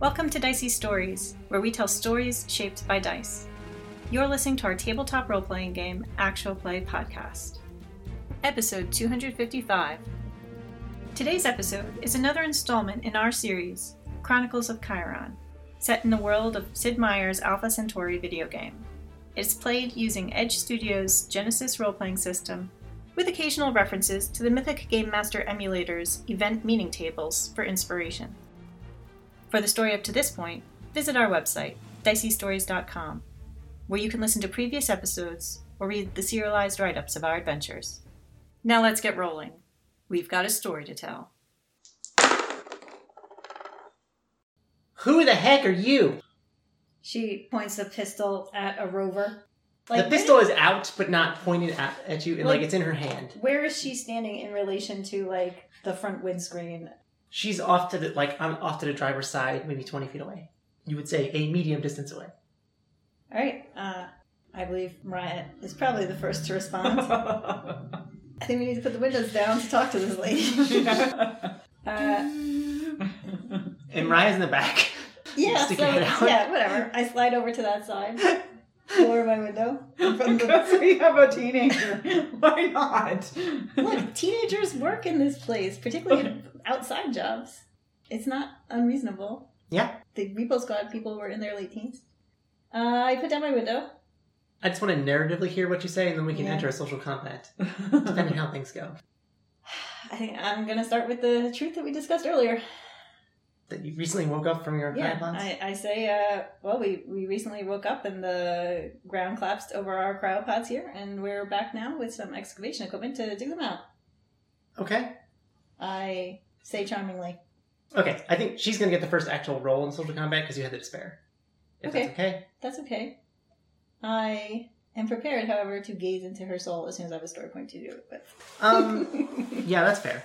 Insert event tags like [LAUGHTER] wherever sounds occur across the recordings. Welcome to Dicey Stories, where we tell stories shaped by dice. You're listening to our tabletop role playing game, Actual Play Podcast, episode 255. Today's episode is another installment in our series, Chronicles of Chiron, set in the world of Sid Meier's Alpha Centauri video game. It's played using Edge Studios' Genesis role playing system, with occasional references to the Mythic Game Master emulator's event meaning tables for inspiration. For the story up to this point, visit our website, diceystories.com, where you can listen to previous episodes or read the serialized write ups of our adventures. Now let's get rolling. We've got a story to tell. Who the heck are you? She points the pistol at a rover. the pistol is out, but not pointed at, at you, and like, Like- it's in her hand. Where is she standing in relation to like the front windscreen? She's off to the like I'm off to the driver's side, maybe twenty feet away. You would say a medium distance [LAUGHS] away. All right. Uh, I believe Mariah is probably the first to respond. [LAUGHS] I think we need to put the windows down to talk to this [LAUGHS] lady. uh, And Mariah's in the back. yeah. So Sticking it out. yeah, whatever. I slide over to that side. Lower my window. in front of the- Because we have a teenager. [LAUGHS] Why not? Look, teenagers work in this place, particularly in outside jobs. It's not unreasonable. Yeah. The Repo Squad people were in their late teens. Uh, I put down my window. [SIGHS] I just want to narratively hear what you say, and then we can Yeah. enter a social compact, depending on how things go. I think I'm gonna start with the truth that we discussed earlier. That you recently woke up from your Yeah, cryopons. I, I say, uh, well, we, we recently woke up and the ground collapsed over our cryopods here, and we're back now with some excavation equipment to dig them out. Okay. I say charmingly. Okay. I think she's gonna get the first actual role in social combat because you had the despair. If that's Okay. okay. That's okay. I am prepared, however, to gaze into her soul as soon as I have a story point to do it with. Um. yeah, that's fair.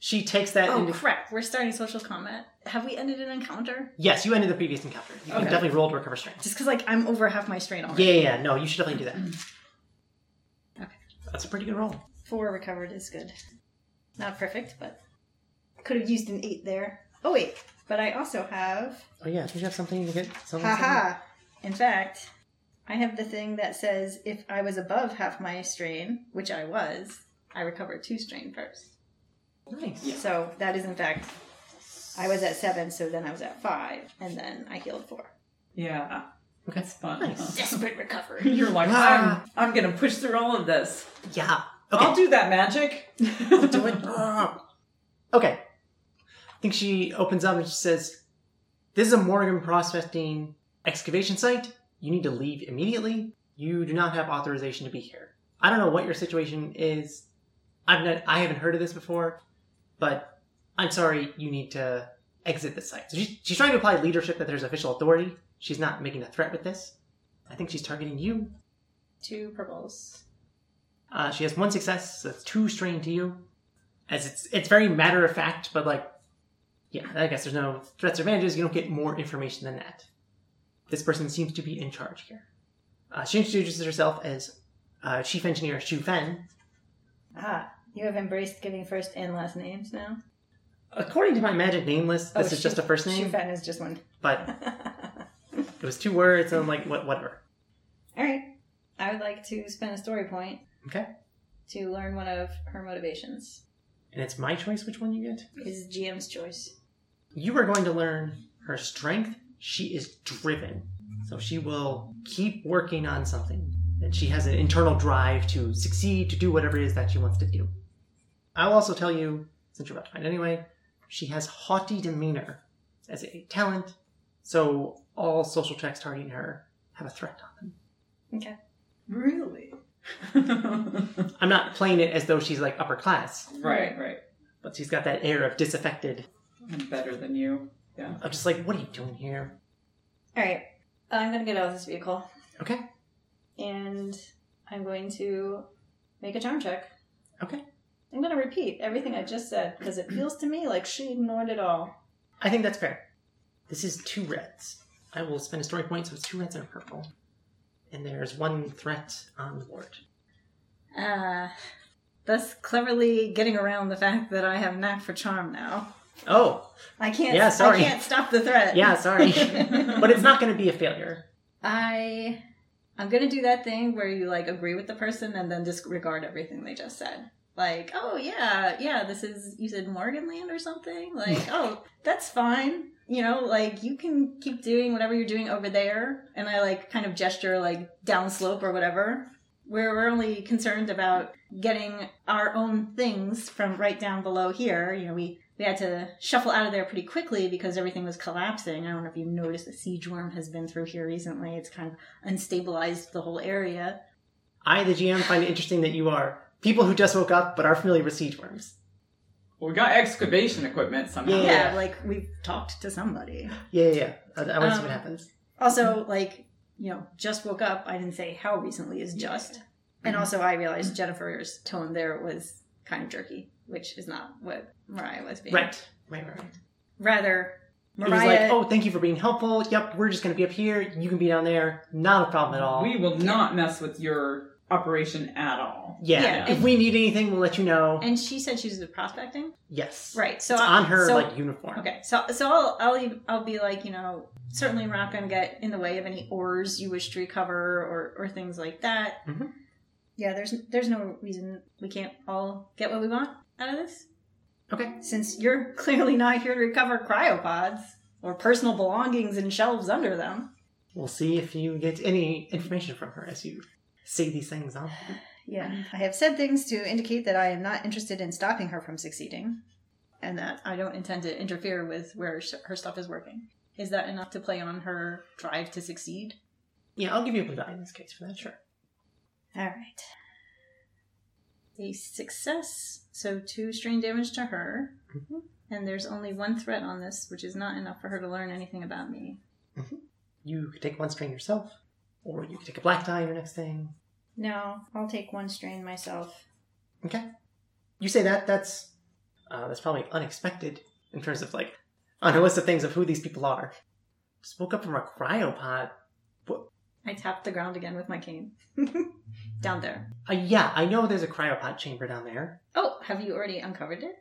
She takes that Oh into crap! We're starting social combat. Have we ended an encounter? Yes, you ended the previous encounter. You can Okay. definitely roll to recover strength. Just because like I'm over half my strain already. Yeah, yeah, yeah. No, you should definitely do that. Okay. That's a pretty good roll. Four recovered is good. Not perfect, but could have used an eight there. Oh wait, but I also have. Oh yeah, do you have something to get? Something, Haha. In fact, I have the thing that says if I was above half my strain, which I was, I recovered two strain first. something? Nice. So that is in fact, I was at seven, so then I was at five, and then I healed four. yeah. Okay. That's fun. Nice. Desperate recovery. [LAUGHS] You're like, I'm, I'm going to push through all of this. Yeah. Okay. I'll do that [LAUGHS] magic. do it. Ah. okay. I think she opens up and she says, "This is a Morgan prospecting excavation site. You need to leave immediately. You do not have authorization to be here. I don't know what your situation is. I've not, I haven't heard of this before, but I'm sorry. You need to exit the site." So she, she's trying to apply leadership that there's official authority. She's not making a threat with this. I think she's targeting you. Two purples. Uh, she has one success, so that's two strain to you. As it's it's very matter of fact, but like, yeah, I guess there's no threats or advantages. You don't get more information than that. This person seems to be in charge here. Uh, she introduces herself as uh, Chief Engineer Xu Fan. Ah, you have embraced giving first and last names now. According to my magic name list, this Oh, is just a first name, Shufan is just one. [LAUGHS] but it was two words and like what whatever. All right. I would like to spend a story point Okay, to learn one of her motivations. and it's my choice which one you get. Is GM's choice. you are going to learn her strength. She is driven. So she will keep working on something. And she has an internal drive to succeed, to do whatever it is that she wants to do. I'll also tell you, since you're about to find anyway, she has haughty demeanor as a talent. So all social checks targeting her have a threat on them. Okay. [LAUGHS] really? I'm not playing it as though she's like upper class, right, right. but she's got that air of disaffected, I'm better than you. of just like, what are you doing here? All right. I'm going to get out of this vehicle Okay, and I'm going to make a charm check. okay. I'm going to repeat everything I just said because it feels to me like she ignored it all. I think that's fair. This is two reds. I will spend a story point, so it's two reds and a purple. And there's one threat on the board. Uh, Ah, thus cleverly getting around the fact that I have knack for charm now. Oh, I can't. Yeah, sorry. I can't stop the threat. [LAUGHS] yeah, sorry. but it's not going to be a failure. I. I'm gonna do that thing where you like agree with the person and then disregard everything they just said. Like, oh yeah, yeah, this is you said Morganland or something. Like, oh, that's fine. You know, like you can keep doing whatever you're doing over there. And I like kind of gesture like downslope or whatever. We're we're only concerned about getting our own things from right down below here. You know, we we had to shuffle out of there pretty quickly because everything was collapsing. I don't know if you noticed the siege worm has been through here recently. It's kind of unstabilized the whole area. I, the GM, find it interesting that you are people who just woke up but are familiar with siege worms. Well, we got excavation equipment somehow. Yeah. Yeah, like we've talked to somebody. Yeah, yeah, yeah. I, I want to see Um, what happens. Also, like, you know, just woke up. I didn't say how recently is just. And also, I realized Jennifer's tone there was kind of jerky, which is not what Mariah was being. Right, right, right. right. Rather, It was like, Mariah. oh, thank you for being helpful. Yep, we're just going to be up here. You can be down there. Not a problem at all. We will not mess with your operation at all. yeah. Yeah, if and- we need anything, we'll let you know. And she said she was prospecting. yes. Right. So it's I- on her so- like uniform. Okay, so so I'll I'll leave- I'll be like you know certainly we're not going to get in the way of any ores you wish to recover or or things like that. Mhm. Yeah, there's there's no reason we can't all get what we want out of this. Okay. Since you're [LAUGHS] clearly not here to recover cryopods or personal belongings and shelves under them. We'll see if you get any information from her as you say these things. Huh? Yeah, I have said things to indicate that I am not interested in stopping her from succeeding, and that I don't intend to interfere with where sh- her stuff is working. Is that enough to play on her drive to succeed? Yeah, I'll give you a blue die in this case for that. Sure. All right. A success, so two strain damage to her. Mhm. And there's only one threat on this, which is not enough for her to learn anything about me. You could take one string yourself, or you could take a black die in your next thing. No, I'll take one strain myself. Okay. You say that, that's uh, that's probably unexpected in terms of like on a list of things of who these people are. Just woke up from a cryopod. I tap the ground again with my cane. [LAUGHS] down there. Uh, yeah, I know there's a cryopod chamber down there. Oh, have you already uncovered it?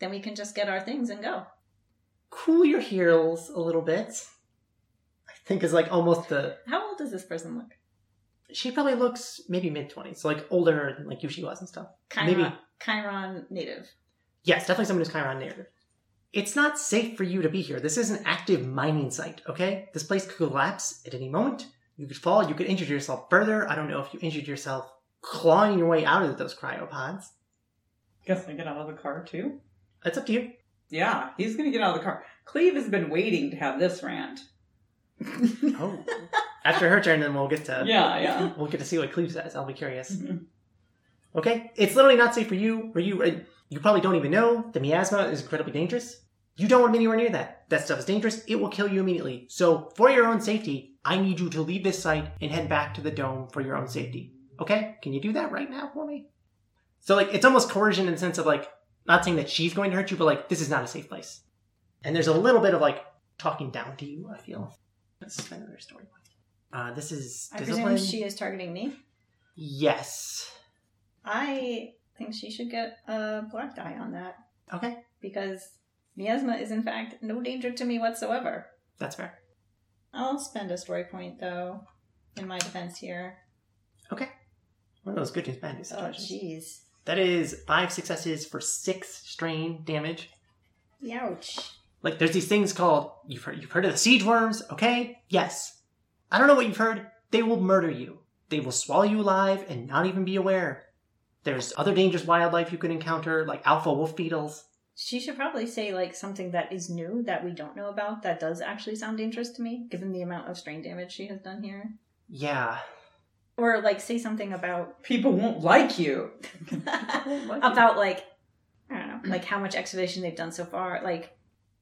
Then we can just get our things and go. Cool your heels a little bit. I think is like almost the How old does this person look? she probably looks maybe mid twenties, so like older than like you she was and stuff. Chiron, Maybe. Chiron native. Yes, definitely someone who's Chiron narrative. It's not safe for you to be here. This is an active mining site, okay? This place could collapse at any moment. You could fall, you could injure yourself further. I don't know if you injured yourself clawing your way out of those cryopods. Guess I get out of the car too. That's up to you. Yeah, he's gonna get out of the car. Cleve has been waiting to have this rant. Oh. [LAUGHS] After her turn, then we'll get to Yeah, yeah. we'll get to see what Cleve says. I'll be curious. Mhm. Okay? It's literally not safe for you, or you uh, you probably don't even know. The miasma is incredibly dangerous. You don't want to be anywhere near that. That stuff is dangerous. It will kill you immediately. So for your own safety, I need you to leave this site and head back to the dome for your own safety. Okay? Can you do that right now for me? So like it's almost coercion in the sense of like not saying that she's going to hurt you, but like this is not a safe place. And there's a little bit of like talking down to you, I feel. That's another story. Uh, this is I discipline. presume she is targeting me. Yes. I think she should get a black die on that. Okay, because miasma is in fact no danger to me whatsoever. that's fair. I'll spend a story point though, in my defense here. One of those good news bad news Oh situations. jeez, that is five successes for six strain damage. ouch! Like there's these things called you've heard you've heard of the siege worms, okay? Yes. I don't know what you've heard. They will murder you. They will swallow you alive and not even be aware. There's other dangerous wildlife you could encounter, like alpha wolf beetles. She should probably say like something that is new that we don't know about that does actually sound dangerous to me, given the amount of strain damage she has done here. Yeah. Or like say something [LAUGHS] about [LAUGHS] People won't like you. about like I don't know, like how much excavation they've done so far. Like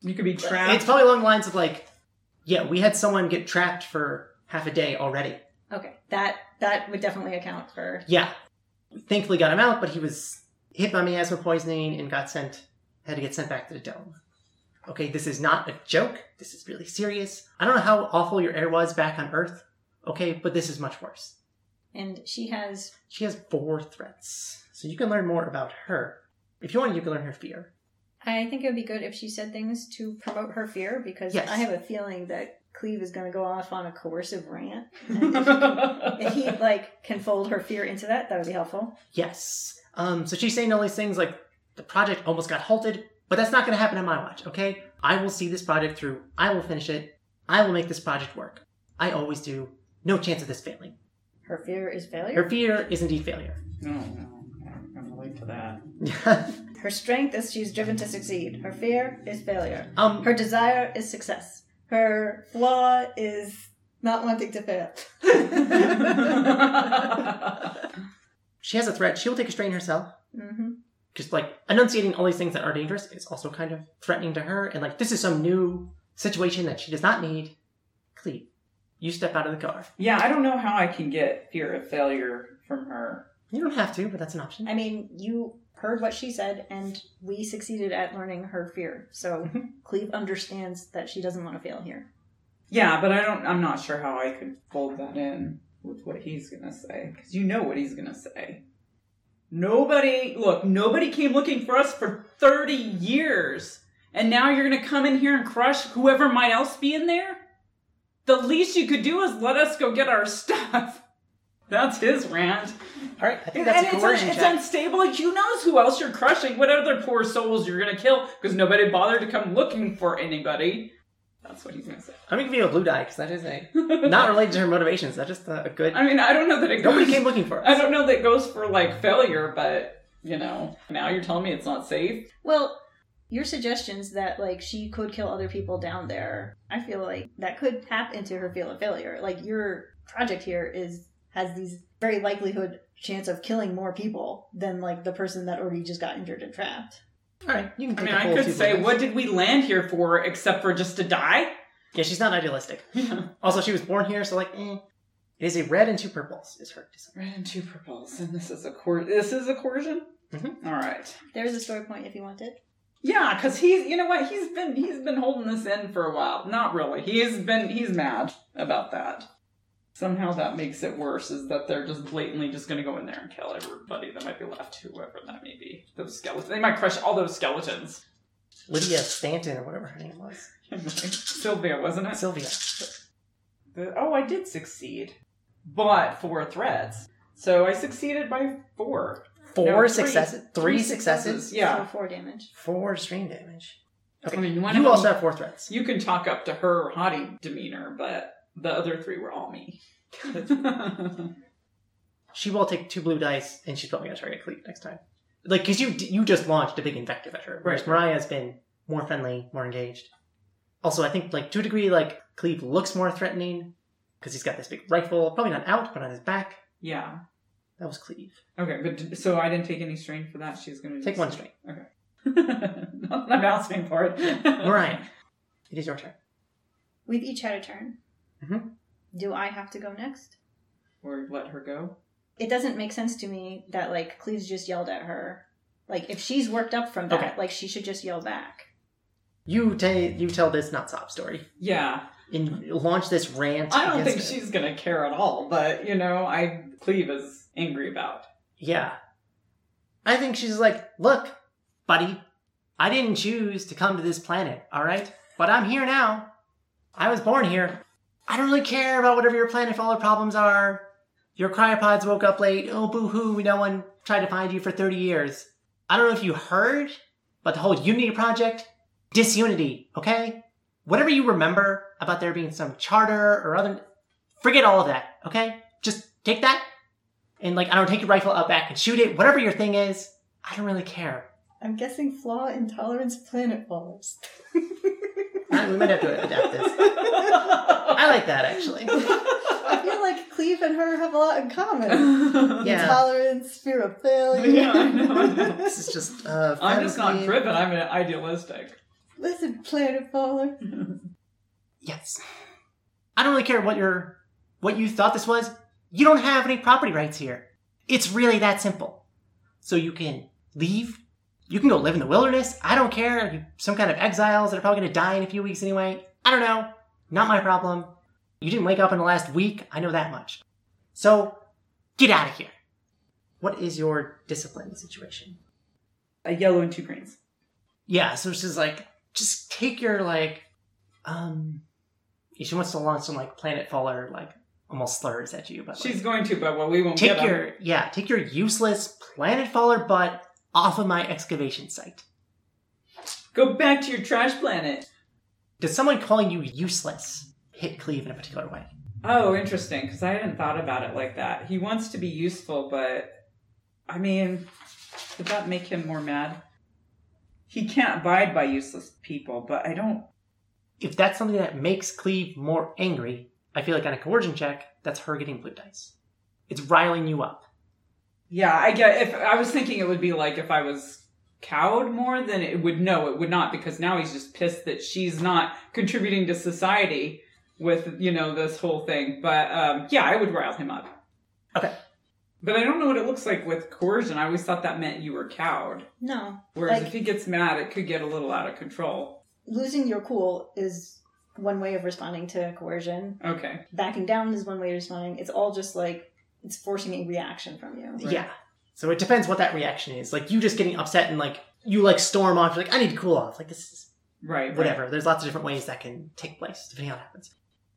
You could be trapped. It's probably along the lines of like, yeah, we had someone get trapped for half a day already. okay, that that would definitely account for Yeah. Thankfully got him out, but he was hit by miasma poisoning and got sent, had to get sent back to the dome. Okay, this is not a joke. This is really serious. I don't know how awful your air was back on Earth. Okay, but this is much worse. and she has She has four threats. So you can learn more about her. If you want, you can learn her fear. I think it would be good if she said things to promote her fear because Yes. I have a feeling that Cleve is going to go off on a coercive [LAUGHS] rant. [LAUGHS] If he yeah. like can fold her fear into that, that would be helpful. Yes. Um, so she's saying all these things like the project almost got halted, but that's not going to happen on my watch, okay? I will see this project through. I will finish it. I will make this project work. I always do. No chance of this failing. Her fear is failure. Her fear is indeed [LAUGHS] failure. No, no, I can relate to that. Her strength is she's driven to succeed. Her fear is failure. um, Her desire is success. Her flaw is not wanting to [LAUGHS] fail. she has a threat. She will take a strain herself. hmm Just like enunciating all these things that are dangerous is also kind of threatening to her. And like, this is some new situation that she does not need. Cleve, you step out of the car. yeah, I don't know how I can get fear of failure from her. You don't have to, but that's an option. I mean, you heard what she said, and we succeeded at learning her fear. [LAUGHS] So Cleve understands that she doesn't want to fail here. Yeah, but I don't. I'm not sure how I could fold that in with what he's gonna say because you know what he's gonna say. Nobody, look, nobody came looking for us for 30 years, and now you're gonna come in here and crush whoever might else be in there. The least you could do is let us go get our stuff. [LAUGHS] That's his rant. All right, I think that's a and it's, coercion it's check. unstable. Like, who knows who else you're crushing? What other poor souls you're gonna kill? Because nobody bothered to come looking for anybody. That's what he's gonna say. I'm gonna give you a blue die because that is a not related to her motivations. That's just a, a good. [LAUGHS] I mean, I don't know that it goes. Nobody came looking for I us. don't know that it goes for like failure, but you know, now you're telling me it's not safe. Well, your suggestions that like she could kill other people down there, I feel like that could tap into her fear of failure. Like your project here is has these very likelihood chance of killing more people than like the person that already just got injured and trapped. All right, you can. I Take the mean, I full could two say, blue dice. what did we land here for except for just to die? [LAUGHS] Yeah, she's not idealistic. Yeah. Also, she was born here, so like, eh. it is a red and two purples. Is her design. Red and two purples, and this is a cor- This is a coercion. Mhm. All right. There's a story point if you want it. Yeah, because he's you know what he's been he's been holding this in for a while. Not really. He's been he's mad about that. Somehow that makes it worse is that they're just blatantly just going to go in there and kill everybody that might be left, whoever that may be. Those skeletons, they might crush all those skeletons. [LAUGHS] Lydia Stanton or whatever her name was. Sylvia, wasn't it? Sylvia. The- oh, I did succeed, but four threats. So I succeeded by four. Four No, three. successes. Three, Three successes. successes. Yeah. So four damage. Four strain damage. Okay. I mean, one of you them- also have four threats. You can talk up to her haughty demeanor, but the other three were all me. [LAUGHS] She will take two blue dice, and she's probably gonna target Cleve next time. Like, because you you just launched a big invective at her, whereas Right. Mariah's been more friendly, more engaged. Also, I think like to a degree, like Cleve looks more threatening because he's got this big rifle, probably not out, but on his back. yeah. That was Cleve. Okay, but d- so I didn't take any strain for that. She's gonna Take just- one string, [LAUGHS] Not that I'm asking [LAUGHS] for it. Mariah. It is your turn. We've each had a turn. Mm-hmm. Mhm. Do I have to go next? Or let her go. It doesn't make sense to me that like Cleve's just yelled at her. Like if she's worked up from that, Okay. like she should just yell back. You tell you tell this not sob story Yeah, and launch this rant. I don't think against her. she's gonna care at all. But you know, I Cleve is angry about. Yeah. I think she's like, look, buddy, I didn't choose to come to this planet, all right? But I'm here now. I was born here. I don't really care about whatever your planet follower problems are. Your cryopods woke up late. Oh, boo hoo, no one tried to find you for 30 years. I don't know if you heard, but the whole Unity project, disunity, okay? Whatever you remember about there being some charter or other, forget all of that, okay? Just take that and like I don't take your rifle out back and shoot it, whatever your thing is, I don't really care. I'm guessing flaw intolerance planet [LAUGHS] follows. I- we might have to adapt [LAUGHS] this. I like that actually. I feel like Cleve and her have a lot in common. [LAUGHS] [LAUGHS] yeah. Yeah. Intolerance, fear of failure. Yeah, I know, I [LAUGHS] know. This is just uh I'm just not fantasy. driven. I'm an idealistic. [LAUGHS] Listen, planet follower. Yes. I don't really care what your what you thought this was. You don't have any property rights here. It's really that simple. So you can leave. You can go live in the wilderness. I don't care. You- Some kind of exiles that are probably going to die in a few weeks anyway. I don't know. Not my problem. You didn't wake up in the last week. I know that much. So get out of here. What is your discipline situation? A yellow and two greens. Yeah, so she's like, just take your like, um, she wants to launch some like planet faller like almost slurs at you, but like, She's going to, but well, we won't take get 'em. your yeah, take your useless planet faller butt off of my excavation site. Go back to your trash planet. Does someone calling you useless hit Cleve in a particular way? Oh, interesting, because I hadn't thought about it like that. He wants to be useful, but I mean, did that make him more mad? He can't abide by useless people, but I don't. If that's something that makes Cleve more angry, I feel like on a coercion check, that's her getting blue dice. It's riling you up. Yeah, I get. If I was thinking it would be like if I was cowed more, then it would no, it would not, because now he's just pissed that she's not contributing to society with you know this whole thing. But um, yeah, I would rile him up. Okay. But I don't know what it looks like with coercion. I always thought that meant you were cowed. No. Whereas Like- if he gets mad, it could get a little out of control. Losing your cool is one way of responding to coercion. Okay. Backing down is one way of responding. It's all just like it's forcing a reaction from you. Right. Yeah. So it depends what that reaction is. Like you just getting upset and like you like storm off. You're like, I need to cool off. Like this is Right. right. whatever. There's lots of different ways that can take place depending on what happens.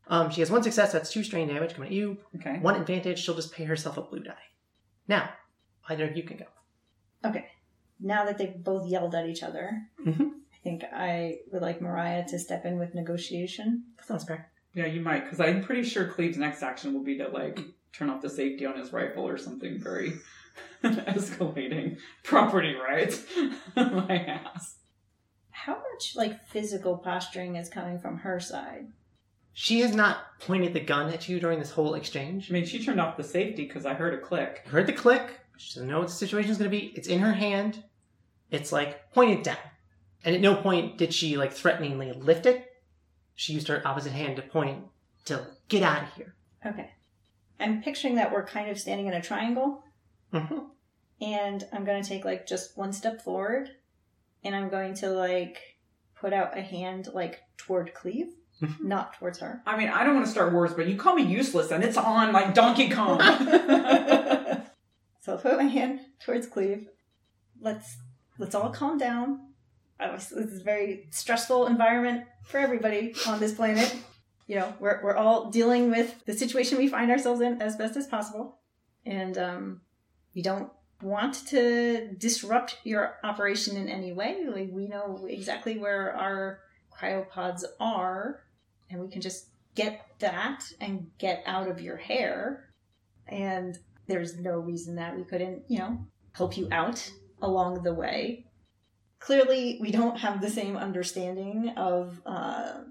Um, she has one success. That's two strain damage coming at you. Okay. One advantage. She'll just pay herself a blue die. Now, either of you can go. Now that they've both yelled at each other, Mhm. I think I would like Mariah to step in with negotiation. That sounds fair. Yeah, you might, because I'm pretty sure Cleve's next action will be to like turn off the safety on his rifle or something very [LAUGHS] escalating. Property rights. [LAUGHS] My ass. How much like physical posturing is coming from her side? She has not pointed the gun at you during this whole exchange. I mean, she turned off the safety because I heard a click. You heard the click. She doesn't know what the situation's going to be. It's in her hand. It's like pointed down. And at no point did she like threateningly lift it. She used her opposite hand to point to get out of here. Okay. I'm picturing that we're kind of standing in a triangle Mm-hmm. hmm and I'm going to take like just one step forward and I'm going to like put out a hand like toward Cleve, not towards her. I mean, I don't want to start wars, but you call me useless and it's on like [LAUGHS] Donkey Kong. So I'll put my hand towards Cleve. Let's let's all calm down. I was, this is a very stressful environment for everybody on this planet. You know, we're we're all dealing with the situation we find ourselves in as best as possible, and um, we don't want to disrupt your operation in any way. Like we know exactly where our cryopods are, and we can just get that and get out of your hair. And there's no reason that we couldn't, you know, help you out along the way. Clearly, we don't have the same understanding of uh,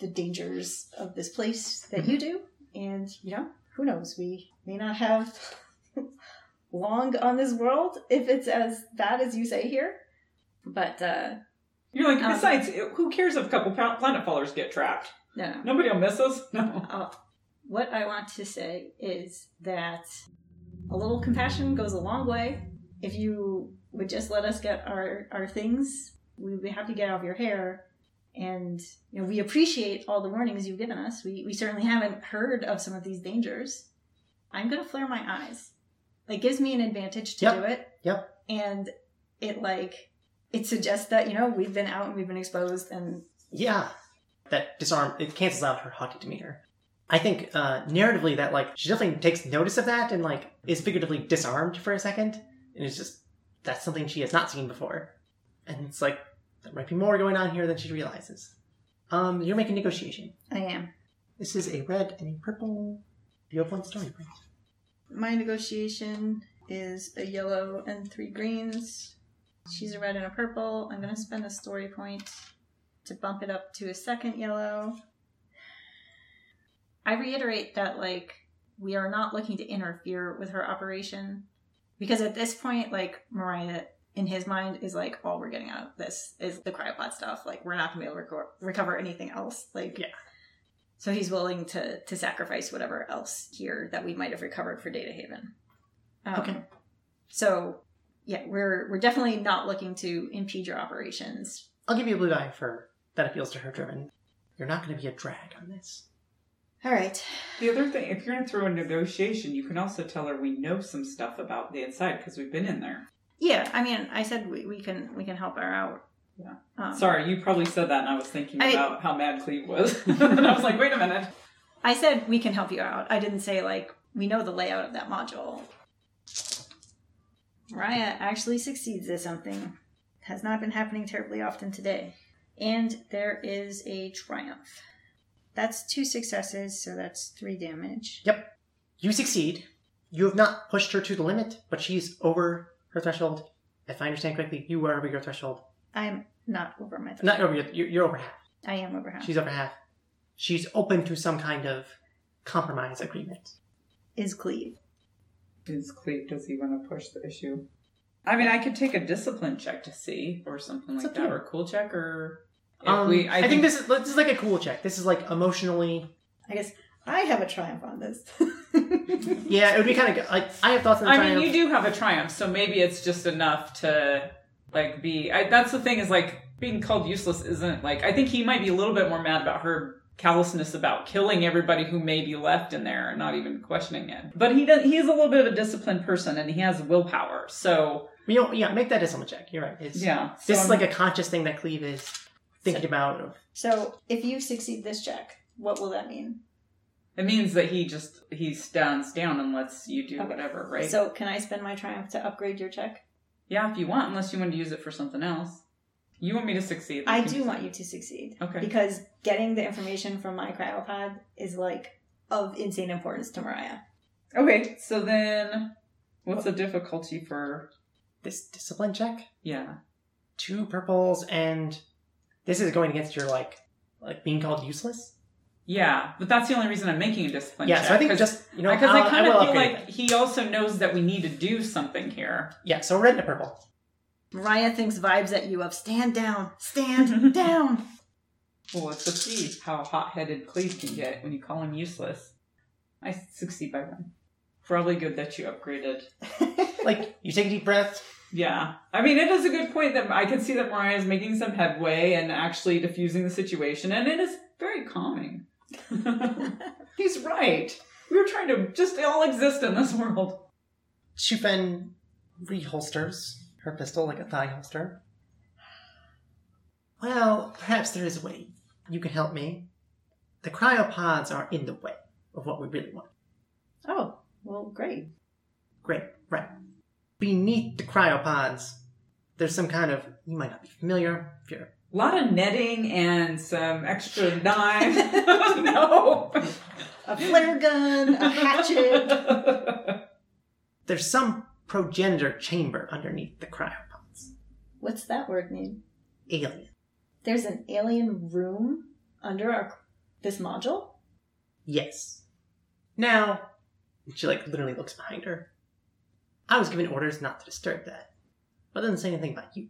the dangers of this place that you do. And, you know, who knows? We may not have [LAUGHS] long on this world if it's as bad as you say here. But, uh, You're like, Um, besides, it- who cares if a couple pla- planet fallers get trapped? no, no. Nobody will miss us. No. Uh, what I want to say is that a little compassion goes a long way. If you would just let us get our, our things, we would be happy to get out of your hair. And you know, we appreciate all the warnings you've given us. We, we certainly haven't heard of some of these dangers. I'm gonna flare my eyes. It gives me an advantage to Yep. do it. Yep. And it like it suggests that you know we've been out and we've been exposed and Yeah. That disarm, it cancels out her haughty demeanor. I think uh, narratively that like she definitely takes notice of that and like is figuratively disarmed for a second. And it's just, that's something she has not seen before. And it's like, there might be more going on here than she realizes. Um, you're making negotiation. I am. This is a red and a purple. You have one story point. My negotiation is a yellow and three greens. She's a red and a purple. I'm going to spend a story point to bump it up to a second yellow. I reiterate that, like, we are not looking to interfere with her operation. Because at this point, like, Mariah, in his mind, is like, all we're getting out of this is the cryopod stuff. Like, we're not going to be able to reco- recover anything else. Like, Yeah. So he's willing to, to sacrifice whatever else here that we might have recovered for Data Haven. Um, Okay. So, yeah, we're we're definitely not looking to impede your operations I'll give you a blue die for that appeals to her driven. You're not going to be a drag on this. All right. The other thing, if you're going to throw a negotiation, you can also tell her we know some stuff about the inside because we've been in there. Yeah, I mean, I said we, we can we can help her out. Um, Sorry, you probably said that, and I was thinking I- about how mad Cleve was. [LAUGHS] and I was like, wait a minute. I said we can help you out. I didn't say like we know the layout of that module. Raya actually succeeds at something. Has not been happening terribly often today. And there is a triumph. That's two successes, so that's three damage. You succeed. You have not pushed her to the limit, but she's over her threshold. If I understand correctly, you are over your threshold. I'm not over my Not over your, you're you're over half. I am over half. She's over half. She's open to some kind of compromise agreement. Is Cleve. Is Cleve, does he want to push the issue? I mean, I could take a discipline check to see, or something It's like up to that, you. or a cool check, or if Um, we. I, think, this is this is like a cool check. This is like emotionally. I guess I have a triumph on this. [LAUGHS] Yeah, it would be kind of like I have thoughts on the I triumph. mean, you do have a triumph, so maybe it's just enough to like be. I, that's the thing is like being called useless isn't like. I think he might be a little bit more mad about her callousness about killing everybody who may be left in there and not even questioning it. But he does. He is a little bit of a disciplined person, and he has willpower. So You know, yeah, make that discipline check. You're right. It's, yeah, so This is I'm- like a conscious thing that Cleve is thinking about. so if you succeed this check, what will that mean? It means that he just he stands down and lets you do Okay. whatever, right? So can I spend my triumph to upgrade your check? yeah, if you want, unless you want to use it for something else. You want me to succeed? I you can do use want it. you to succeed Okay. because getting the information from my cryopod is like of insane importance to Mariah. Okay. So then, what's the difficulty for? This discipline check, Yeah. two purples, and this is going against your like like being called useless. Yeah, but that's the only reason I'm making a discipline yeah, check. so I think 'cause- just you know because I'll- I kind will of feel upgrade like it. he also knows that we need to do something here. yeah, so red and a purple. Mariah thinks vibes at you of stand down, stand down. Well, it's a see how hot-headed Cleve can get when you call him useless. I succeed by one. Probably good that you upgraded Like you take a deep breath. Yeah. I mean, it is a good point that I can see that Mariah is making some headway and actually diffusing the situation, and it is very calming. [LAUGHS] He's right. We were trying to just all exist in this world. Chupen reholsters her pistol like a thigh holster. Well, perhaps there is a way. You can help me. The cryopods are in the way of what we really want. Oh, well, great. Great, right. Beneath the cryopods, there's some kind of, you might not be familiar, if you're, A lot of netting and some extra [LAUGHS] knives. no. A flare gun, a [LAUGHS] hatchet. there's some progenitor chamber underneath the cryopods. What's that word mean? Alien. There's an alien room under our this module. Yes. Now, she like literally looks behind her. I was given orders not to disturb that, but it doesn't say anything about you.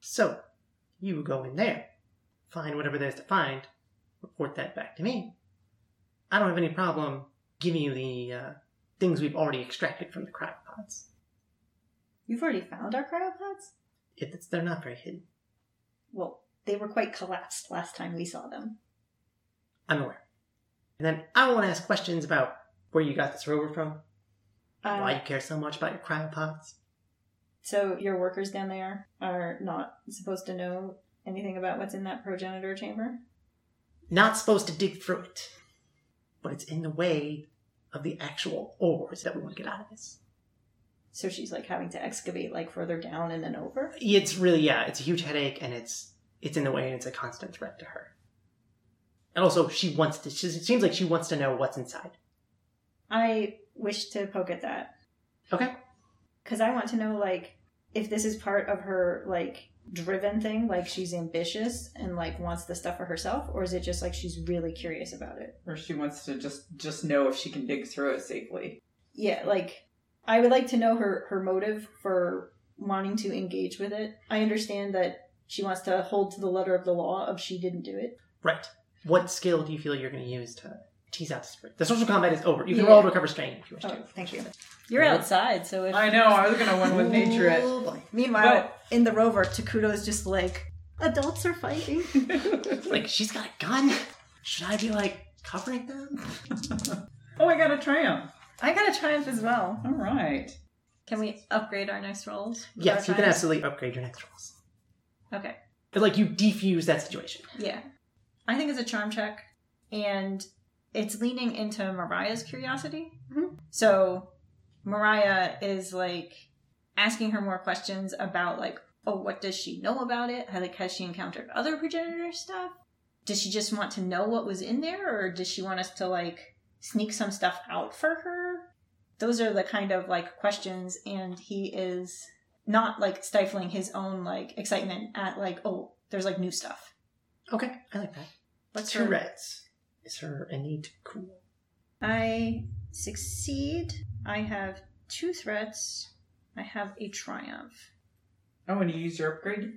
So, you go in there, find whatever there's to find, report that back to me. I don't have any problem giving you the uh, things we've already extracted from the cryopods. You've already found our cryopods. It, it's, they're not very hidden. Well, they were quite collapsed last time we saw them. I'm aware. And then I want to ask questions about where you got this rover from, Uh, why you care so much about your cryopods. So your workers down there are not supposed to know anything about what's in that progenitor chamber? Not supposed to dig through it, but it's in the way of the actual ores that we want to get out of this. So she's like having to excavate like further down and then over? It's really yeah, it's a huge headache, and it's it's in the way, and it's a constant threat to her. And also, she wants to. She, it seems like she wants to know what's inside. I wish to poke at that. Okay. Cause I want to know like if this is part of her like driven thing, like she's ambitious and like wants the stuff for herself, or is it just like she's really curious about it? or she wants to just just know if she can dig through it safely. yeah like i would like to know her her motive for wanting to engage with it i understand that she wants to hold to the letter of the law of she didn't do it Right. What skill do you feel you're going to use to tease out this? The social combat is over. You can Yeah. roll to recover strain if you wish oh to. thank you you're Yeah. outside so if I know. I was gonna one with nature it. Oh, boy. meanwhile in the rover takuto is just like adults are fighting Like, she's got a gun. Should I be, like, covering them? [LAUGHS] Oh, I got a triumph. i got a triumph as well All right. can we upgrade our next rolls Yes, you can absolutely upgrade your next rolls. okay But, like you defuse that situation. Yeah. I think it's a charm check, and it's leaning into Mariah's curiosity. Mhm. So Mariah is like asking her more questions about like, oh, what does she know about it? How, like, has she encountered other progenitor stuff? Does she just want to know what was in there, or does she want us to like sneak some stuff out for her? Those are the kind of like questions, and he is not like stifling his own like excitement at like, oh, there's like new stuff. Okay, I like that. What's her Tourette's is her innate cool. I succeed. I have two threats. I have a triumph. Oh, and you use your upgrade?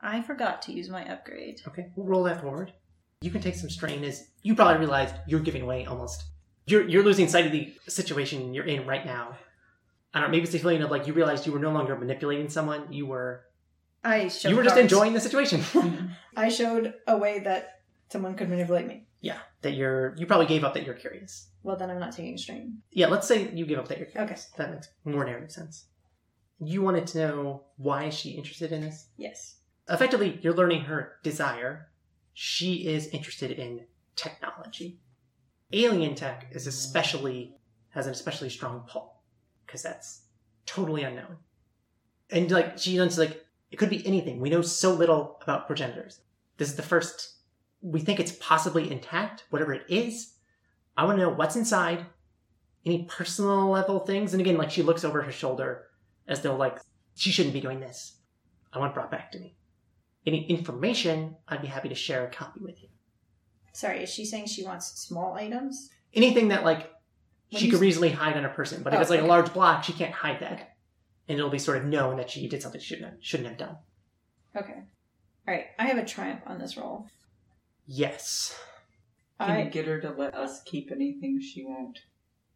I forgot to use my upgrade. Okay, we'll roll that forward. You can take some strain as you probably realize you're giving way almost. You're you're losing sight of the situation you're in right now. I don't know, maybe it's the feeling of like you realized you were no longer manipulating someone, you were I showed you were just cards. enjoying the situation. [LAUGHS] Mm-hmm. I showed a way that someone could manipulate me. yeah. That you're you probably gave up that you're curious. Well, then I'm not taking strain. Yeah, let's say you give up that you're Okay. curious. That makes more narrative sense. You wanted to know why is she interested in this? Yes. effectively you're learning her desire she is interested in technology alien tech is especially has an especially strong pull because that's totally unknown and like she learns like it could be anything we know so little about progenitors this is the first we think it's possibly intact whatever it is i want to know what's inside any personal level things and again like she looks over her shoulder as though like she shouldn't be doing this i want brought back to me any information, I'd be happy to share a copy with you. Sorry, is she saying she wants small items? Anything that like When she you could s- reasonably hide on a person, but if Oh, it's like a okay. large block, she can't hide that, and it'll be sort of known that she did something she shouldn't have, shouldn't have done. Okay. All right. I have a triumph on this roll. Yes, Can you I get her to let us keep anything she won't?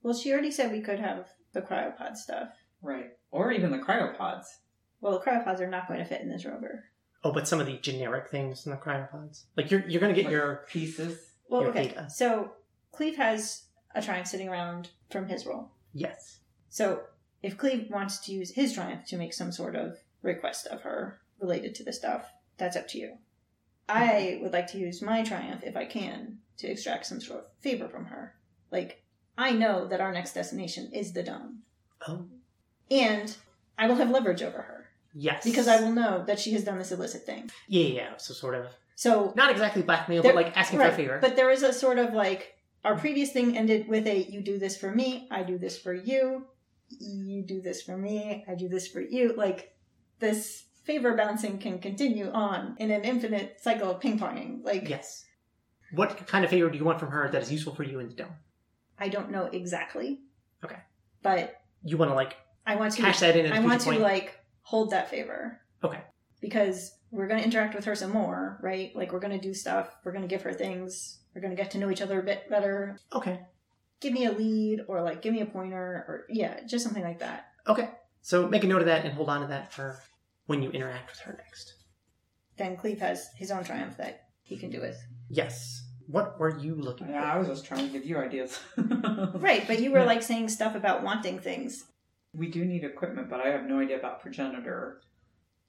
well, she already said we could have the cryopod stuff. Right. Or even the cryopods. Well, the cryopods are not going to fit in this rover. oh, but some of the generic things in the cryopods, like you're you're gonna get Like your pieces. Well, Your okay. data. So Cleve has a triumph sitting around from his roll. yes, So if Cleve wants to use his triumph to make some sort of request of her related to the stuff, that's up to you. I would like to use my triumph if I can to extract some sort of favor from her. Like I know that our next destination is the dome, oh and I will have leverage over her yes, because I will know that she has done this illicit thing. yeah yeah, yeah. so sort of So not exactly blackmail, There- but like asking for a Right, favor. But there is a sort of like our previous thing ended with a you do this for me, I do this for you, you do this for me, I do this for you. Like this favor bouncing can continue on in an infinite cycle of ping ponging. Like yes, what kind of favor do you want from her that is useful for you in the dome? I don't know exactly. Okay. But You want to like I want to cash that in at a I future want to point. like hold that favor. Okay. Because we're going to interact with her some more, right? Like we're going to do stuff, we're going to give her things, we're going to get to know each other a bit better, okay, give me a lead or like give me a pointer or yeah, just something like that. so make a note of that and hold on to that for when you interact with her next. Then Cleve has his own triumph that he can do with. Yes. What were you looking for? Yeah, I was just trying to give you ideas. [LAUGHS] Right, but you were like saying stuff about wanting things. We do need equipment, but I have no idea about progenitor.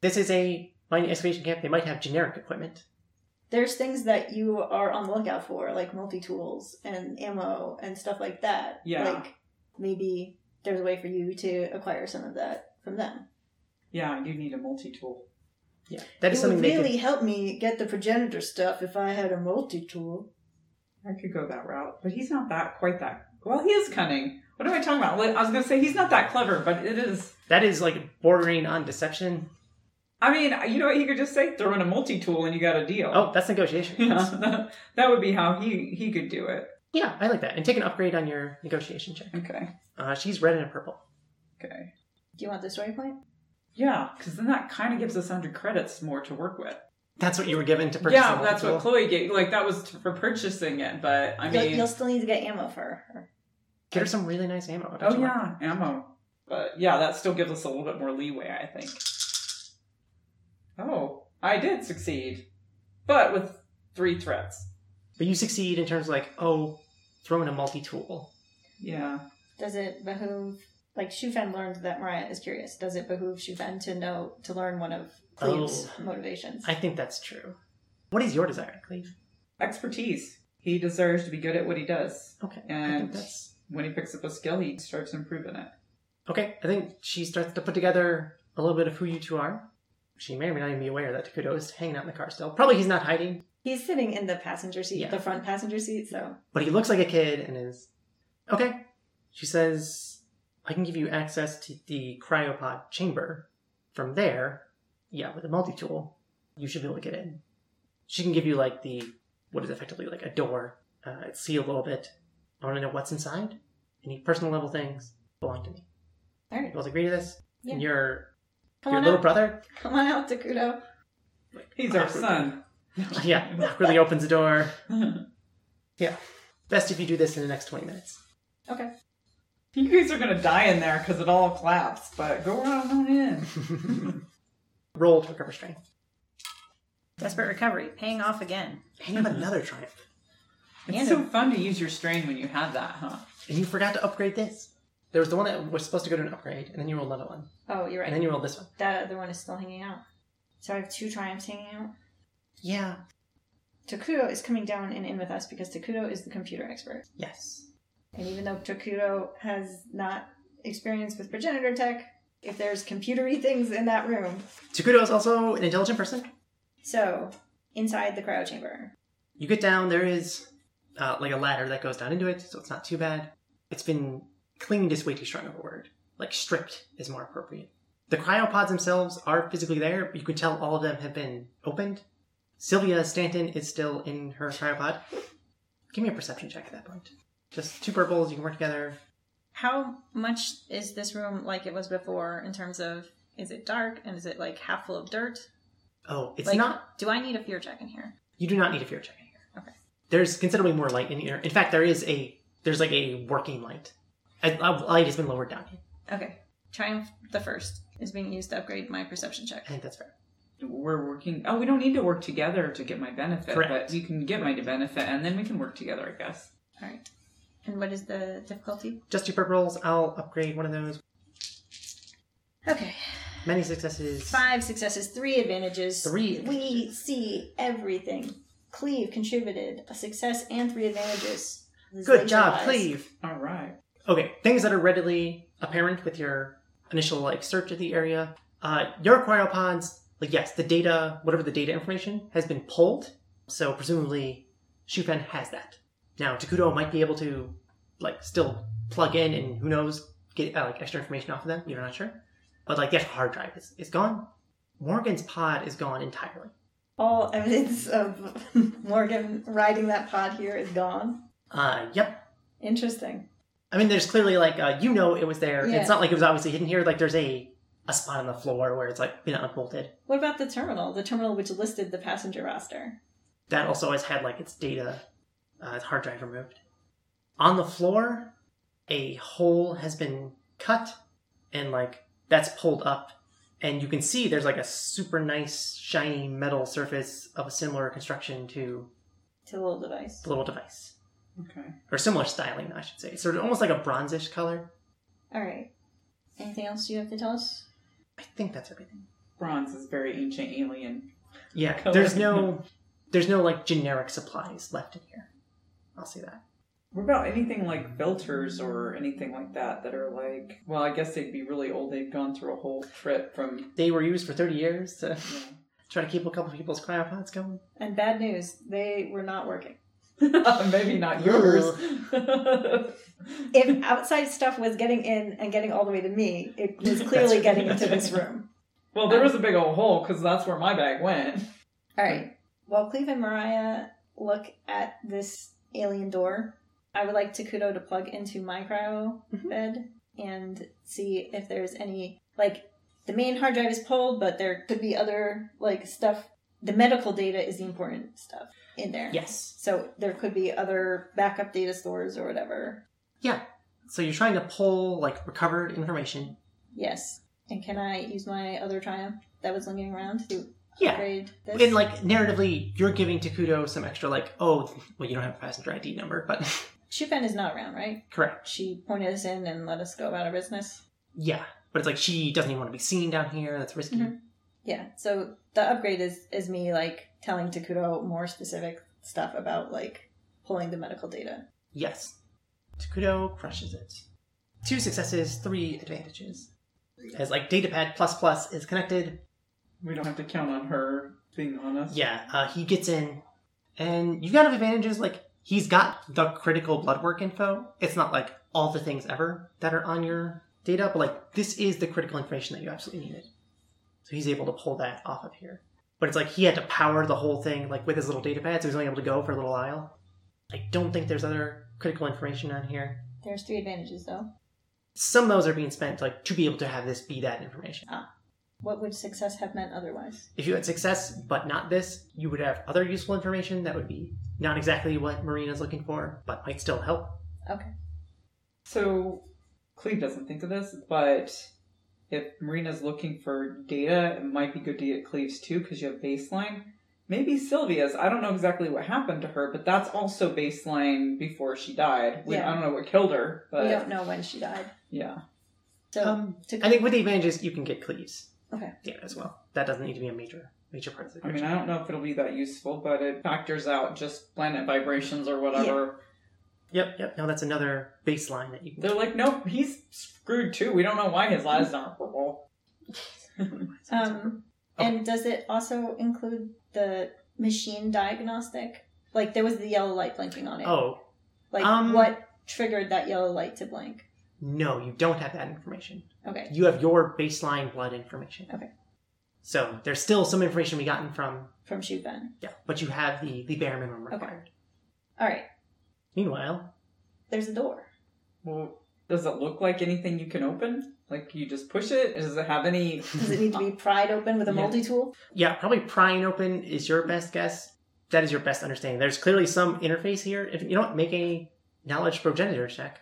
This is a mining excavation camp. They might have generic equipment. There's things that you are on the lookout for, like multi tools and ammo and stuff like that. Yeah. Like maybe there's a way for you to acquire some of that from them. Yeah, I do need a multi tool. Yeah, that is it something would they really could. help me get the progenitor stuff if I had a multi tool. I could go that route, but he's not that quite that. Well, he is cunning. What am I talking about? Like, I was gonna say he's not that clever, but it is. That is like bordering on deception. I mean, you know what? He could just say throw in a multi tool and you got a deal. [LAUGHS] Oh, that's negotiation. That's- yeah, that would be how he he could do it. [LAUGHS] yeah, I like that. And take an upgrade on your negotiation check. Okay, Uh, she's red and purple. okay. Do you want the story point? Yeah, because then that kind of gives us 100 credits more to work with. That's what you were given to purchase. Yeah, a that's what multiple. Chloe gave. Like, that was t- for purchasing it, but I you'll, mean. you'll still need to get ammo for her. Get her some really nice ammo. don't oh, you want? yeah, ammo. But yeah, that still gives us a little bit more leeway, I think. Oh, I did succeed, but with three threats. But you succeed in terms of like, oh, throw in a multi tool. Yeah. Does it behoove like Shufen learned that Mariah is curious. Does it behoove Shufen to know to learn one of Cleve's motivations? Oh. I think that's true. What is your desire, Cleve? Expertise. He deserves to be good at what he does. Okay. I think And- that's When he picks up a skill, he starts improving it. okay. I think she starts to put together a little bit of who you two are. She may or may not even be aware that Takuto is hanging out in the car still. Probably he's not hiding, He's sitting in the passenger seat, Yeah. the front passenger seat, so but he looks like a kid and is okay. She says, "I can give you access to the cryopod chamber. From there, yeah, with a multi tool, you should be able to get in. She can give you like the what is effectively like a door. Uh, it's sealed a little bit. I want to know what's inside. Any personal level things belong to me. all You right, both agree to this? Yeah. And your come your on little out, brother [LAUGHS] come on out, Takuto. He's our son. yeah [LAUGHS] awkwardly opens the door best if you do this in the next 20 minutes Okay, [LAUGHS] you guys are gonna die in there because it all claps. But go around [LAUGHS] on in. roll to recover strength Desperate recovery, paying off again. and you have another triumph It's so fun to use your strain when you have that, huh? and you forgot to upgrade this there was the one that was supposed to go to an upgrade and then you rolled another one oh, you're right. and then you rolled this one that other one is still hanging out. So I have two triumphs hanging out. yeah Takuto is coming down and in with us because Takuto is the computer expert. yes And even though Takuto has not experience with progenitor tech, if there's computery things in that room, Takuto is also an intelligent person so inside the cryo chamber, you get down there is uh, like a ladder that goes down into it so it's not too bad it's been cleaned is way too strong of a word like stripped is more appropriate the cryopods themselves are physically there but you can tell all of them have been opened sylvia stanton is still in her cryopod give me a perception check at that point just two purples you can work together how much is this room like it was before in terms of is it dark and is it like half full of dirt? oh it's like, not Do I need a fear check in here? you do not need a fear check here Okay. there's considerably more light in here in fact there is a there's like a working light a, a light has been lowered down here Okay. Triumph the first is being used to upgrade my perception i check. think that's fair We're working. Oh, we don't need to work together to get my benefit, Correct. but you can get my benefit, and then we can work together, I guess. All right. And what is the difficulty? Just two purples. I'll upgrade one of those. Okay. Many successes. Five successes, three advantages. Three We see everything. Cleve contributed a success and three advantages. This Good laser job, eyes. Cleve. All right. Okay, things that are readily apparent with your initial like search of the area. Uh, your cryopods, like yes, the data, whatever the data information has been pulled. So presumably, Shufen has that. Now Takuto might be able to like still plug in and who knows get uh, like extra information off of them. You're not sure, but like the actual hard drive is, is gone. Morgan's pod is gone entirely. All [LAUGHS] evidence of Morgan riding that pod here is gone. Uh, yep, Interesting. I mean, there's clearly like uh, you know it was there. Yeah. It's not like it was obviously hidden here. Like there's a a spot on the floor where it's like been unbolted. What about the terminal? The terminal which listed the passenger roster. That also has had like its data, uh, its hard drive removed. On the floor, a hole has been cut, and like that's pulled up, and you can see there's like a super nice shiny metal surface of a similar construction to To the little device. the little device, Okay. or similar styling, I should say. So it's almost like a bronzish color. All right. Anything else you have to tell us? I think that's everything. Bronze is very ancient alien. Yeah, Color. there's no, there's no like generic supplies left in here. I'll say that. What about anything like filters or anything like that that are like? Well, I guess they'd be really old. They've gone through a whole trip from. [LAUGHS] They were used for 30 years to [LAUGHS] Yeah. try to keep a couple people's cryopods going. And bad news, they were not working. Maybe not yours. If outside stuff was getting in and getting all the way to me, it was clearly That's- getting into this room. [LAUGHS] well, there was a big old hole because that's where my bag went. All right. While Cleve and Mariah look at this alien door, I would like Takuto to plug into my cryo Mhm. bed and see if there's any like the main hard drive is pulled, but there could be other like stuff. The medical data is the important stuff in there. Yes. So there could be other backup data stores or whatever. So you're trying to pull like recovered information. Yes. And can I use my other triumph that was lingering around to Yeah. upgrade this? And like narratively, you're giving Takuto some extra like, oh, well, you don't have a passenger ID number, but [LAUGHS] Shifen is not around, right? Correct. She pointed us in and let us go about our business. Yeah. But it's like she doesn't even want to be seen down here. That's risky. Mhm. Yeah. So the upgrade is is me like telling Takuto more specific stuff about like pulling the medical data. Yes. Takudo crushes it. Two successes, three advantages. As like datapad plus plus is connected. We don't have to count on her being on us. Yeah, uh, he gets in, and you've got advantages. Like he's got the critical blood work info. It's not like all the things ever that are on your data, but like this is the critical information that you absolutely needed. So he's able to pull that off of here. But it's like he had to power the whole thing like with his little data pad, so he's only able to go for a little while. I don't think there's other critical information on here. There's three advantages though. some of those are being spent like to be able to have this be that information. What would success have meant otherwise? If you had success but not this, you would have other useful information that would be not exactly what Marina's looking for, but might still help. Okay. So, Cleve doesn't think of this, but if Marina's looking for data, it might be good to get Cleve's too because you have baseline. Maybe Sylvia's. I don't know exactly what happened to her, but that's also baseline before she died. We- Yeah. I don't know what killed her, we but don't know when she died. yeah. So Um, Takuto, I think with the advantages, you can get Cleves. Okay. Yeah, as well. That doesn't need to be a major major part of the I mean, equation. I don't know if it'll be that useful, but it factors out just planet vibrations or whatever. Yep, yep. No, that's another baseline that you can. They're like, nope, he's screwed too. We don't know why his eyes aren't purple. Um, Oh. and does it also include the machine diagnostic? Like there was the yellow light blinking on it. oh Like um, what triggered that yellow light to blink? no, you don't have that information. Okay. You have your baseline blood information. Okay. So there's still some information we gotten from From Shufen. yeah, but you have the the bare minimum Okay. required. All right. Meanwhile, There's a door. Well, does it look like anything you can open? Like you just push it? Does it have any? Does it [LAUGHS] need to be pried open with a Yeah. multi tool? yeah, probably prying open is your best guess. That is your best understanding. There's clearly some interface here. If you don't make a knowledge progenitor check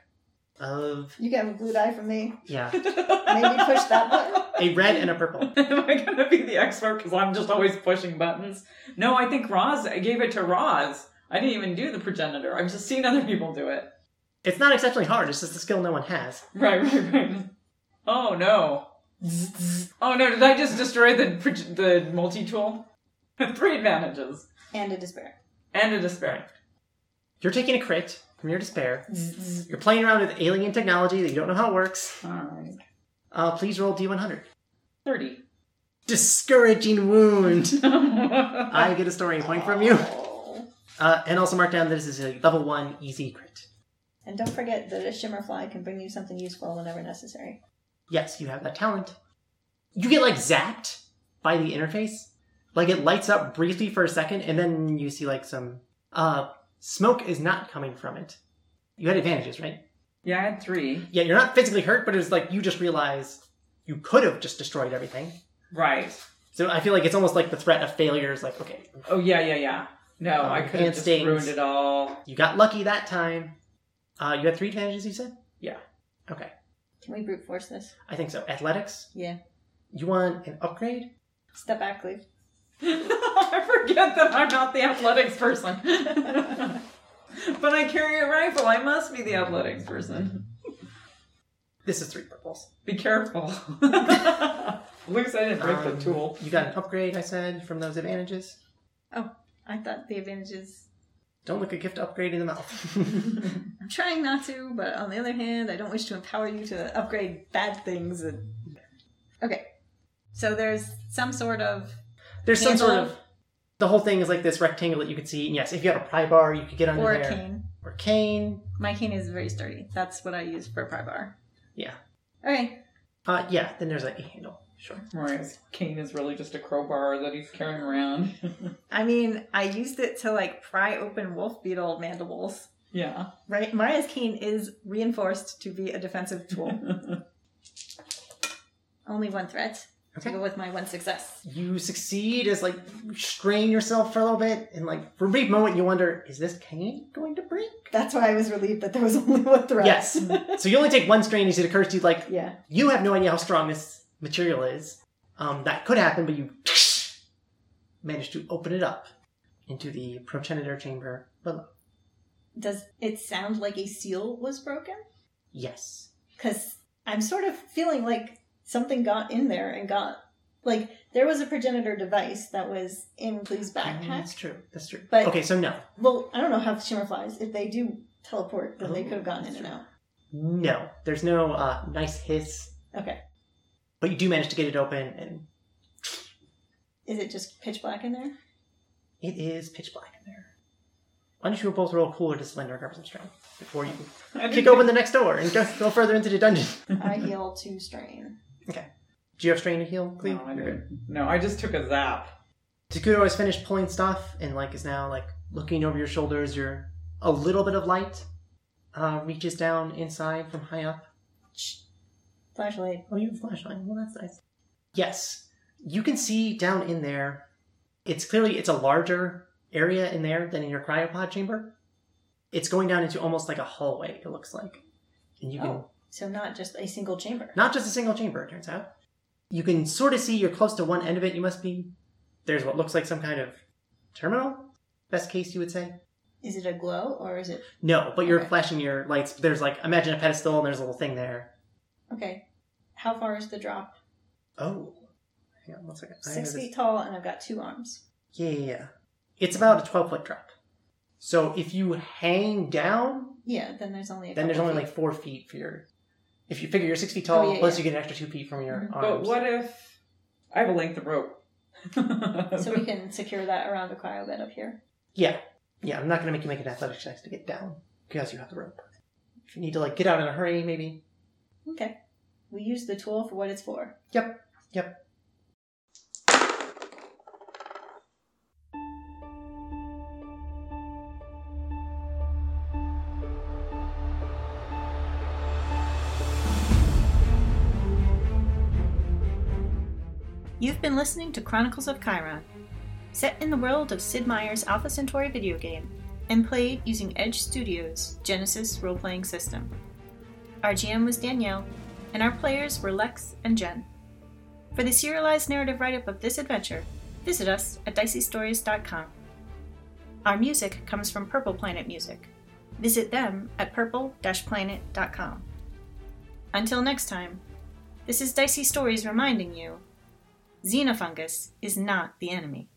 of You can have a blue die from me. yeah, Maybe Maybe push that button? a red and a purple. Am I gonna be the expert? Because I'm just always pushing buttons. No, I think Roz. I gave it to Roz. I didn't even do the progenitor. I've just seen other people do it. It's not exceptionally hard. It's just a skill no one has. Right, right, right. Oh no. Oh no! Did I just destroy the prog- the multi tool? [LAUGHS] Three advantages And a despair. and a despair. You're taking a crit from your despair. You're playing around with alien technology that you don't know how it works. All right. Uh, please roll d100. Thirty. [LAUGHS] Discouraging wound. I I get a story point from you. Oh. Uh, and also mark down that this is a level one easy crit. And don't forget that a shimmer fly can bring you something useful whenever necessary. yes, you have that talent. You get like zapped by the interface. Like it lights up briefly for a second, and then you see like some uh smoke is not coming from it. You had advantages, right? Yeah, I had three. Yeah, you're not physically hurt, but it was like you just realize you could have just destroyed everything. Right. So I feel like it's almost like the threat of failure is like, okay, Oh yeah, yeah, yeah. No, Um, I could hand have just stains. ruined it all. you got lucky that time. Uh, you had three advantages, you said? Yeah. Okay, Can we brute force this? I think so. Athletics? Yeah. You want an upgrade? Step back, Cleve. [LAUGHS] I forget that I'm not the athletics person. [LAUGHS] but I carry a rifle. I must be the athletics person. This is three purples. Be careful. [LAUGHS] At least I didn't break Um, the tool. You got an upgrade, I said, from those advantages. I thought the advantages. Don't look a gift upgrade in the mouth. [LAUGHS] I'm trying not to, but on the other hand, I don't wish to empower you to upgrade bad things. And... Okay. So there's some sort of. There's some sort Handle. of. The whole thing is like this rectangle that you can see. And yes, if you had a pry bar, you could get under Or a there. cane. Or cane. My cane is very sturdy. That's what I use for a pry bar. Yeah. Okay. Uh, yeah, then there's like a handle. Sure. Right. Kane is really just a crowbar that he's carrying around. [LAUGHS] I mean, I used it to like pry open wolf beetle mandibles. yeah. Right? Maria's cane is reinforced to be a defensive [LAUGHS] tool. Only one threat. Okay. To go with my one success. You succeed as like you strain yourself for a little bit, and like for a brief moment you wonder, is this cane going to break? That's why I was relieved that there was [LAUGHS] only one threat. Yes. so you only take one strain as it occurs to you, like [LAUGHS] yeah. you have no idea how strong this material is. Um, that could happen, but you [SNIFFS] manage to open it up into the progenitor chamber below. Does it sound like a seal was broken? Yes. Because I'm sort of feeling like something got in there and got like there was a progenitor device that was in Blue's Mm, backpack. That's true. That's true. But- okay, so no. Well, I don't know how Shimmer flies. If they do teleport, then they Oh, could have gone in that's and true. out. No. There's no uh, nice hiss, Okay. but you do manage to get it open, and Is it just pitch black in there? it is pitch black in there. Why don't you both roll cooler to slender and some strength before you kick open the next door and go, go further into the dungeon? I heal two strain. Do you have strain to heal, Cleve? No I, didn't. no, I just took a zap. Takuto has finished pulling stuff and like is now like looking over your shoulders. You're a little bit of light uh, reaches down inside from high up. Flashlight. Oh, you have a flashlight. Well, that's nice. Yes, you can see down in there. It's clearly it's a larger area in there than in your cryopod chamber. It's going down into almost like a hallway. It looks like, and you can Oh, so not just a single chamber. not just a single chamber. It turns out you can sort of see you're close to one end of it. You must be there's what looks like some kind of terminal. Best case, you would say. Is it a glow or is it No, but you're Okay. flashing your lights. There's like imagine a pedestal and there's a little thing there. okay? How far is the drop? Oh, hang on one second. I Six have this- feet tall, and I've got two arms. Yeah, yeah, yeah. It's about a twelve foot drop. So if you hang down, Yeah, then there's only a then there's couple only feet. like four feet for your. If you figure you're six feet tall, Oh, yeah, plus yeah. you get an extra two feet from your Mhm. arms. But what if I have a length of rope? [LAUGHS] [LAUGHS] so we can secure that around a cryo bed up here. Yeah, yeah. I'm not gonna make you make an athletics check to get down because you have the rope. If you need to like get out in a hurry, maybe. Okay. We use the tool for what it's for. Yep, yep. You've been listening to Chronicles of Chiron, set in the world of Sid Meier's Alpha Centauri video game and played using Edge Studios' Genesis role playing system. Our GM was Danielle, and our players were Lex and Jen. For the serialized narrative write up of this adventure, visit us at diceystories.com. Our music comes from Purple Planet Music. Visit them at purple planet.com. Until next time, this is Dicey Stories reminding you. Xenofungus is not the enemy.